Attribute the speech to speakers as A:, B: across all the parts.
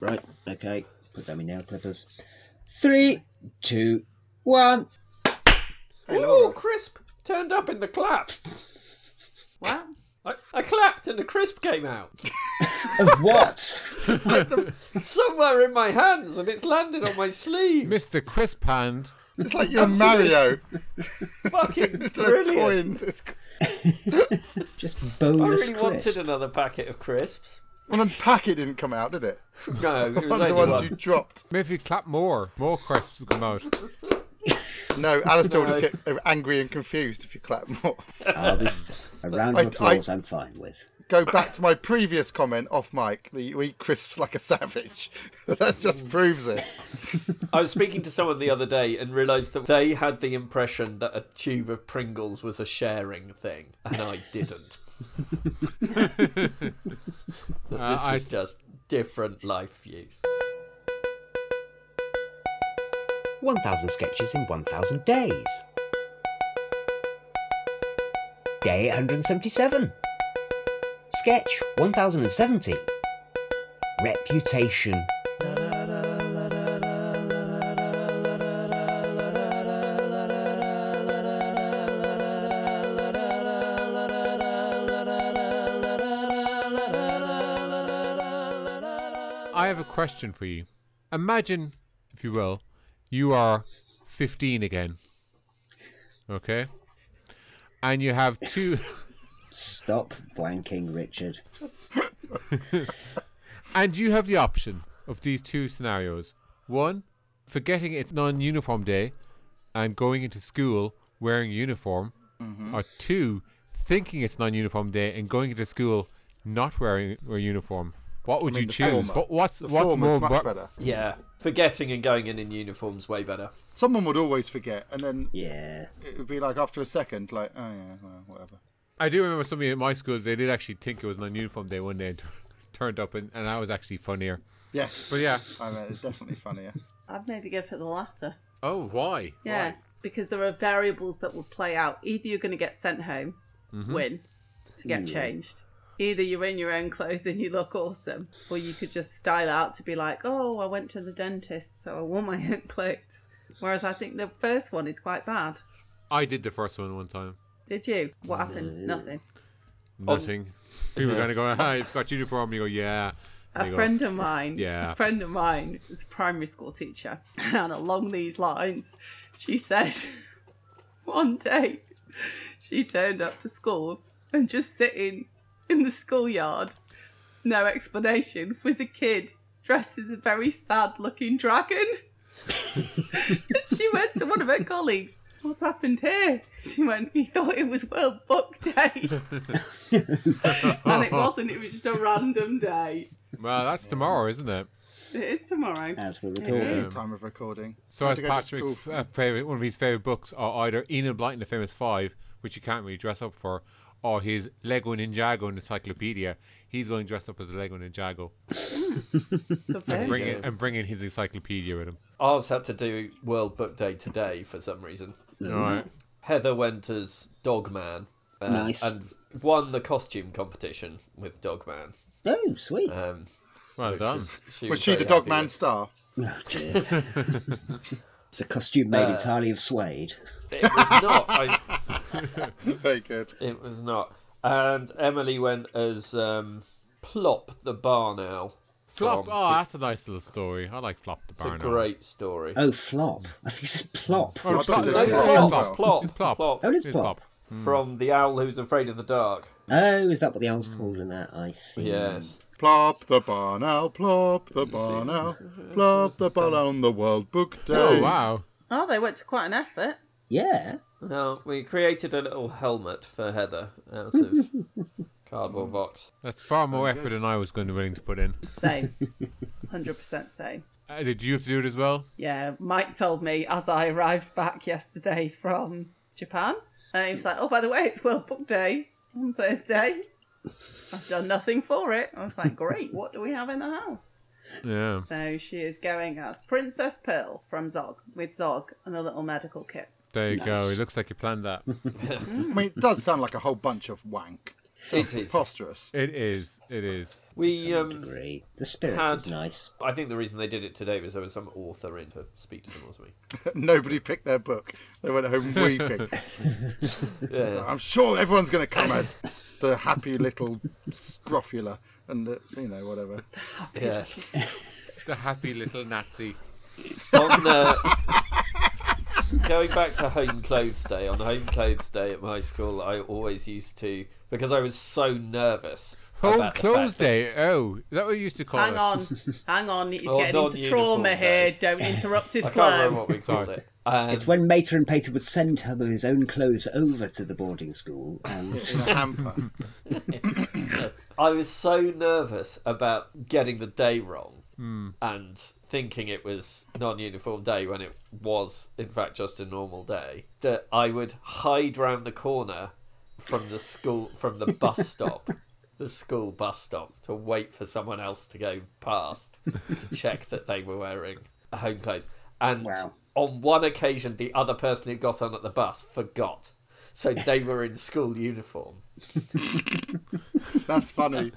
A: Right, okay. Put down my nail clippers. Three, two, one.
B: Hey,
C: Ooh, crisp turned up in the clap.
B: What?
C: I, I clapped and the crisp came out
A: Of what?
C: somewhere in my hands and it's landed on my sleeve.
D: Mr. Crisp Hand.
B: It's like you're Mario.
C: Fucking
B: Instead of
C: brilliant.
B: coins, it's
A: Just
C: I
A: bonus
C: really wanted
A: crisp.
C: another packet of crisps.
B: well, and packet didn't come out, did it?
C: No, it was
B: One of
C: only
B: the
C: one.
B: ones you dropped.
D: Maybe if you clap more, more crisps will come out.
B: No, Alistair will just
C: No.
B: get angry and confused if you clap more.
A: I'll be a round
B: I-
A: of applause. I, am fine with.
B: Go back to my previous comment off mic that you eat crisps like a savage. that
C: Mm.
B: just proves it.
C: I was speaking to someone the other day and realised that they had the impression that a tube of Pringles was a sharing thing, and I didn't. That
D: Uh,
C: this
D: I-
C: was just different life views.
E: 1000 sketches in 1000 days. Day 177. Sketch 1070. Reputation.
D: I have a question for you. Imagine, if you will, you are 15 again. Okay? And you have two.
A: Stop blanking, Richard.
D: And you have the option of these two scenarios. One, forgetting it's non uniform day and going into school wearing a uniform.
B: Mm-hmm.
D: Or two, thinking it's non uniform day and going into school not wearing a uniform. What would
B: mean,
D: you
B: the
D: choose?
B: former.
D: What, what's
B: The
D: what's
B: form
D: more
B: is much
D: wor-
B: better.
C: Yeah, forgetting and going in in uniforms way better.
B: Someone would always forget, and then
A: Yeah.
B: it would be like after a second, like, oh yeah, well, whatever.
D: I do remember somebody at my school. They did actually think it was non-uniform day one day and turned up, and, and that was actually funnier.
B: Yes.
D: But yeah.
B: I mean, it's definitely funnier.
F: I'd maybe go for the latter.
D: Oh, why?
F: Yeah,
D: Why?
F: because there are variables that will play out. Either you're going to get sent home, win, to get changed. Either you're in your own clothes and you look awesome, or you could just style out to be like, oh, I went to the dentist, so I wore my own clothes. Whereas I think the first one is quite bad.
D: I did the first one one time.
F: Did you? What happened? Nothing. Um,
D: Nothing. People were going to go, "Ah, you've got uniform." You go, "Yeah." And
F: a
D: they go,
F: friend of mine
D: Yeah.
F: a friend of mine is a primary school teacher and along these lines she said one day she turned up to school and just sitting in the schoolyard no explanation was a kid dressed as a very sad looking dragon and she went to one of her colleagues What's happened here? She went, he thought it was World Book Day. and it wasn't, it was just a random day.
D: Well, that's tomorrow, isn't it?
F: It is tomorrow.
A: As we're
F: It
A: recording.
F: is.
B: Time of recording.
D: So,
B: I
D: as
B: had to go to
D: Patrick's
B: school.
D: uh, favorite, one of his favorite books are either Enid Blyton and the Famous Five, which you can't really dress up for, or his Lego Ninjago Encyclopedia. He's going dressed up as a Lego Ninjago,
F: Lovely.
D: bringing and bringing his encyclopedia with him.
C: Ours had to do World Book Day today for some reason.
F: Mm-hmm.
D: All right.
C: Heather went as Dogman. Um,
A: Nice.
C: And won the costume competition with Dogman.
A: Oh, sweet.
C: Um,
D: Well
C: which
D: done.
C: was- she
B: Was she
C: very
B: the
C: happy
B: Dogman
D: uh,
C: with.
B: star?
A: Oh, dear. it's a costume
C: Uh,
A: made entirely of suede.
C: It was not. I,
B: Very good.
C: it was not. And Emily went as um, Plop the Barn Owl.
D: Flop.
C: from-
D: Oh, that's a nice little story. I like Flop the
C: It's a
D: Barn. Owl.
C: great story.
A: Oh, flop. I think you said plop.
D: Oh,
B: What's
D: Plop-
B: it?
D: no,
B: Yeah.
D: Plop.
B: Plop.
C: Plop,
D: It's Plop.
C: Plop.
A: Oh, it is
D: It's
A: plop.
D: Plop.
C: From The Owl Who's Afraid of the Dark.
A: Oh, is that what the owl's called in that? I see.
C: Yes.
B: Plop the barn owl, plop the barn owl, plop the barn owl on the World Book Day.
D: Oh wow.
F: Oh, they went to quite an effort.
A: Yeah.
C: Now, we created a little helmet for Heather out of cardboard box.
D: That's far more effort than I was going to willing to put in.
F: Same. 100% same.
D: Uh, did you have to do it as well?
F: Yeah, Mike told me as I arrived back yesterday from Japan. Uh, he was like, oh, by the way, it's World Book Day on Thursday. I've done nothing for it. I was like, great, what do we have in the house?
D: Yeah.
F: So she is going as Princess Pearl from Zog with Zog and a little medical kit.
D: There you go. It looks like you planned that.
B: I mean, it does sound like a whole bunch of wank.
C: It is.
B: Preposterous.
D: It is. It is.
C: We
A: some
C: um,
A: degree. The spirit
C: had-
A: is nice.
C: I think the reason they did it today was there was some author in to speak to them or something.
B: Nobody picked their book. They went home weeping.
C: Yeah.
B: I'm sure everyone's going to come as the happy little scrofula and the, you know whatever.
C: yeah.
D: The happy little Nazi.
C: on uh, going back to home clothes day on home clothes day at my school i always used to because i was so nervous
D: Home
C: about the
D: clothes
C: fact that-
D: day. Oh, is that what you used to call
F: Hang
D: it?
F: on, hang on. He's
C: Oh,
F: getting into
C: non-uniform
F: trauma here.
C: days.
F: Don't interrupt his
C: i can't remember
F: flow.
C: what we called
D: Sorry.
C: it Um,
A: It's when Mater and Pater would send her with his own clothes over to the boarding school, and
B: In a hamper.
C: i was so nervous about getting the day wrong and thinking it was non-uniform day when it was in fact just a normal day that i would hide round the corner from the school from the bus stop the school bus stop to wait for someone else to go past to check that they were wearing home clothes and
A: Wow.
C: on one occasion the other person who got on at the bus forgot so they were in school uniform
B: That's funny.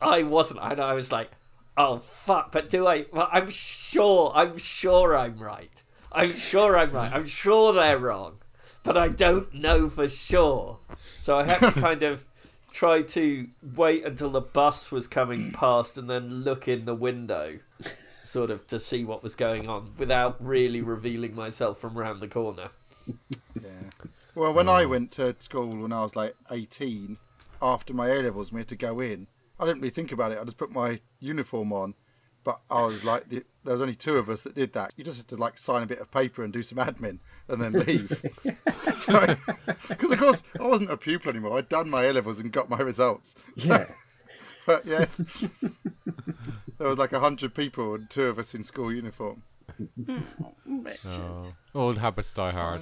C: I wasn't. I know. I was like, oh fuck. But do I? Well, I'm sure. I'm sure I'm right. I'm sure I'm right. I'm sure they're wrong, but I don't know for sure. So I had to kind of try to wait until the bus was coming past and then look in the window, sort of to see what was going on without really revealing myself from round the corner.
B: Well, when I went to school when I was like 18, after my A levels, and we had to go in. I didn't really think about it. I just put my uniform on, but I was like, the, there was only two of us that did that. You just had to like sign a bit of paper and do some admin, and then leave. Because of course I wasn't a pupil anymore. I'd done my A levels and got my results.
A: yeah,
B: But yes, there was like hundred people and two of us in school uniform.
C: Oh.
F: Richard.
D: Oh, Old habits die hard.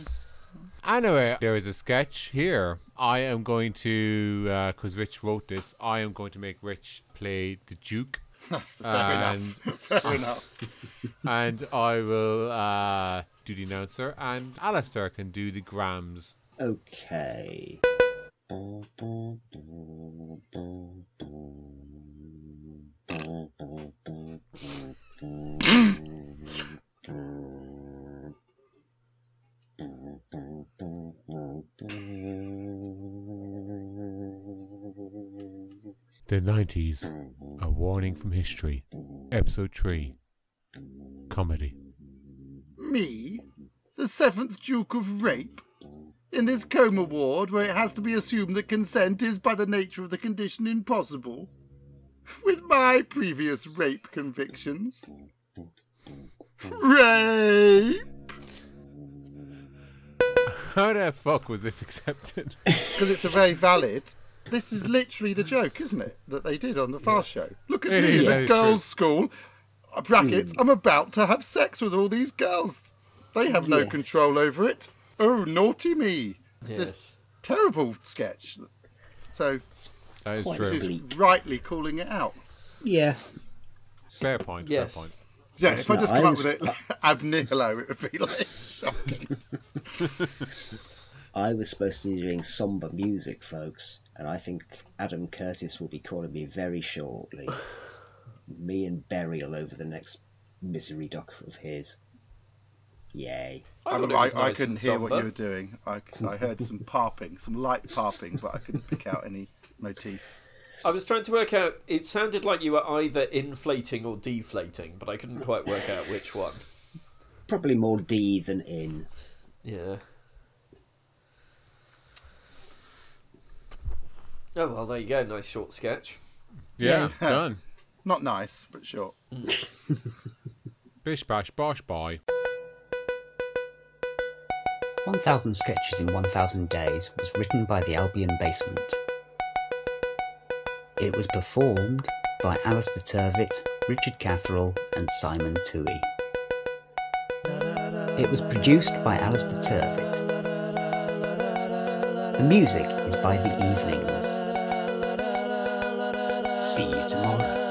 D: Anyway, there is a sketch here. I am going to, because Rich wrote this, I am going to make Rich play the Duke.
B: Fair enough. Fair enough.
D: and I will uh, do the announcer, and Alistair can do the grams.
A: okay.
D: The 90s, a warning from history. Episode 3 Comedy.
B: me, the seventh Duke of Rape, in this coma ward where it has to be assumed that consent is by the nature of the condition impossible, with my previous rape convictions. Rape!
D: How the fuck was this accepted?
B: Because it's a very valid. This is literally the joke, isn't it? That they did on the Fast Show. Look at
D: It
B: me
D: is,
B: in
D: that
B: a
D: is
B: girls' school. uh, Brackets. I'm about to have sex with all these girls. They have no
A: Yes.
B: control over it. Oh, naughty me! It's this
C: Yes.
B: terrible sketch. So
D: That is
A: Quite
D: true.
B: she's
A: Bleak.
B: rightly calling it out.
A: Yeah,
D: Fair point,
C: Yes.
D: fair point.
B: Yeah,
A: It's
B: if I
A: not-
B: just
A: I
B: come up
A: was-
B: with it like, ab nihilo, it would be like shocking.
A: I was supposed to be doing somber music, folks, and I think Adam Curtis will be calling me very shortly. me and Burial over the next misery doc of his. Yay.
B: I,
C: thought it
B: I,
C: was
B: I
C: nice
B: couldn't
C: and
B: hear what you
C: somber.
B: were doing. I, I heard some parping, some light parping, but I couldn't pick out any motif.
C: I was trying to work out. It sounded like you were either inflating or deflating, but I couldn't quite work out which one.
A: Probably more D than in.
C: Yeah. Oh well, there you go. Nice short sketch.
D: Yeah, done.
B: Not nice, but sure.
D: Bish bash bosh bye.
E: 1000 Sketches in 1000 Days was written by the Albion Basement. It was performed by Alistair Turvitt, Richard Catherall, and Simon Toohey. It was produced by Alistair Turvitt. The music is by The Evenings. See you tomorrow.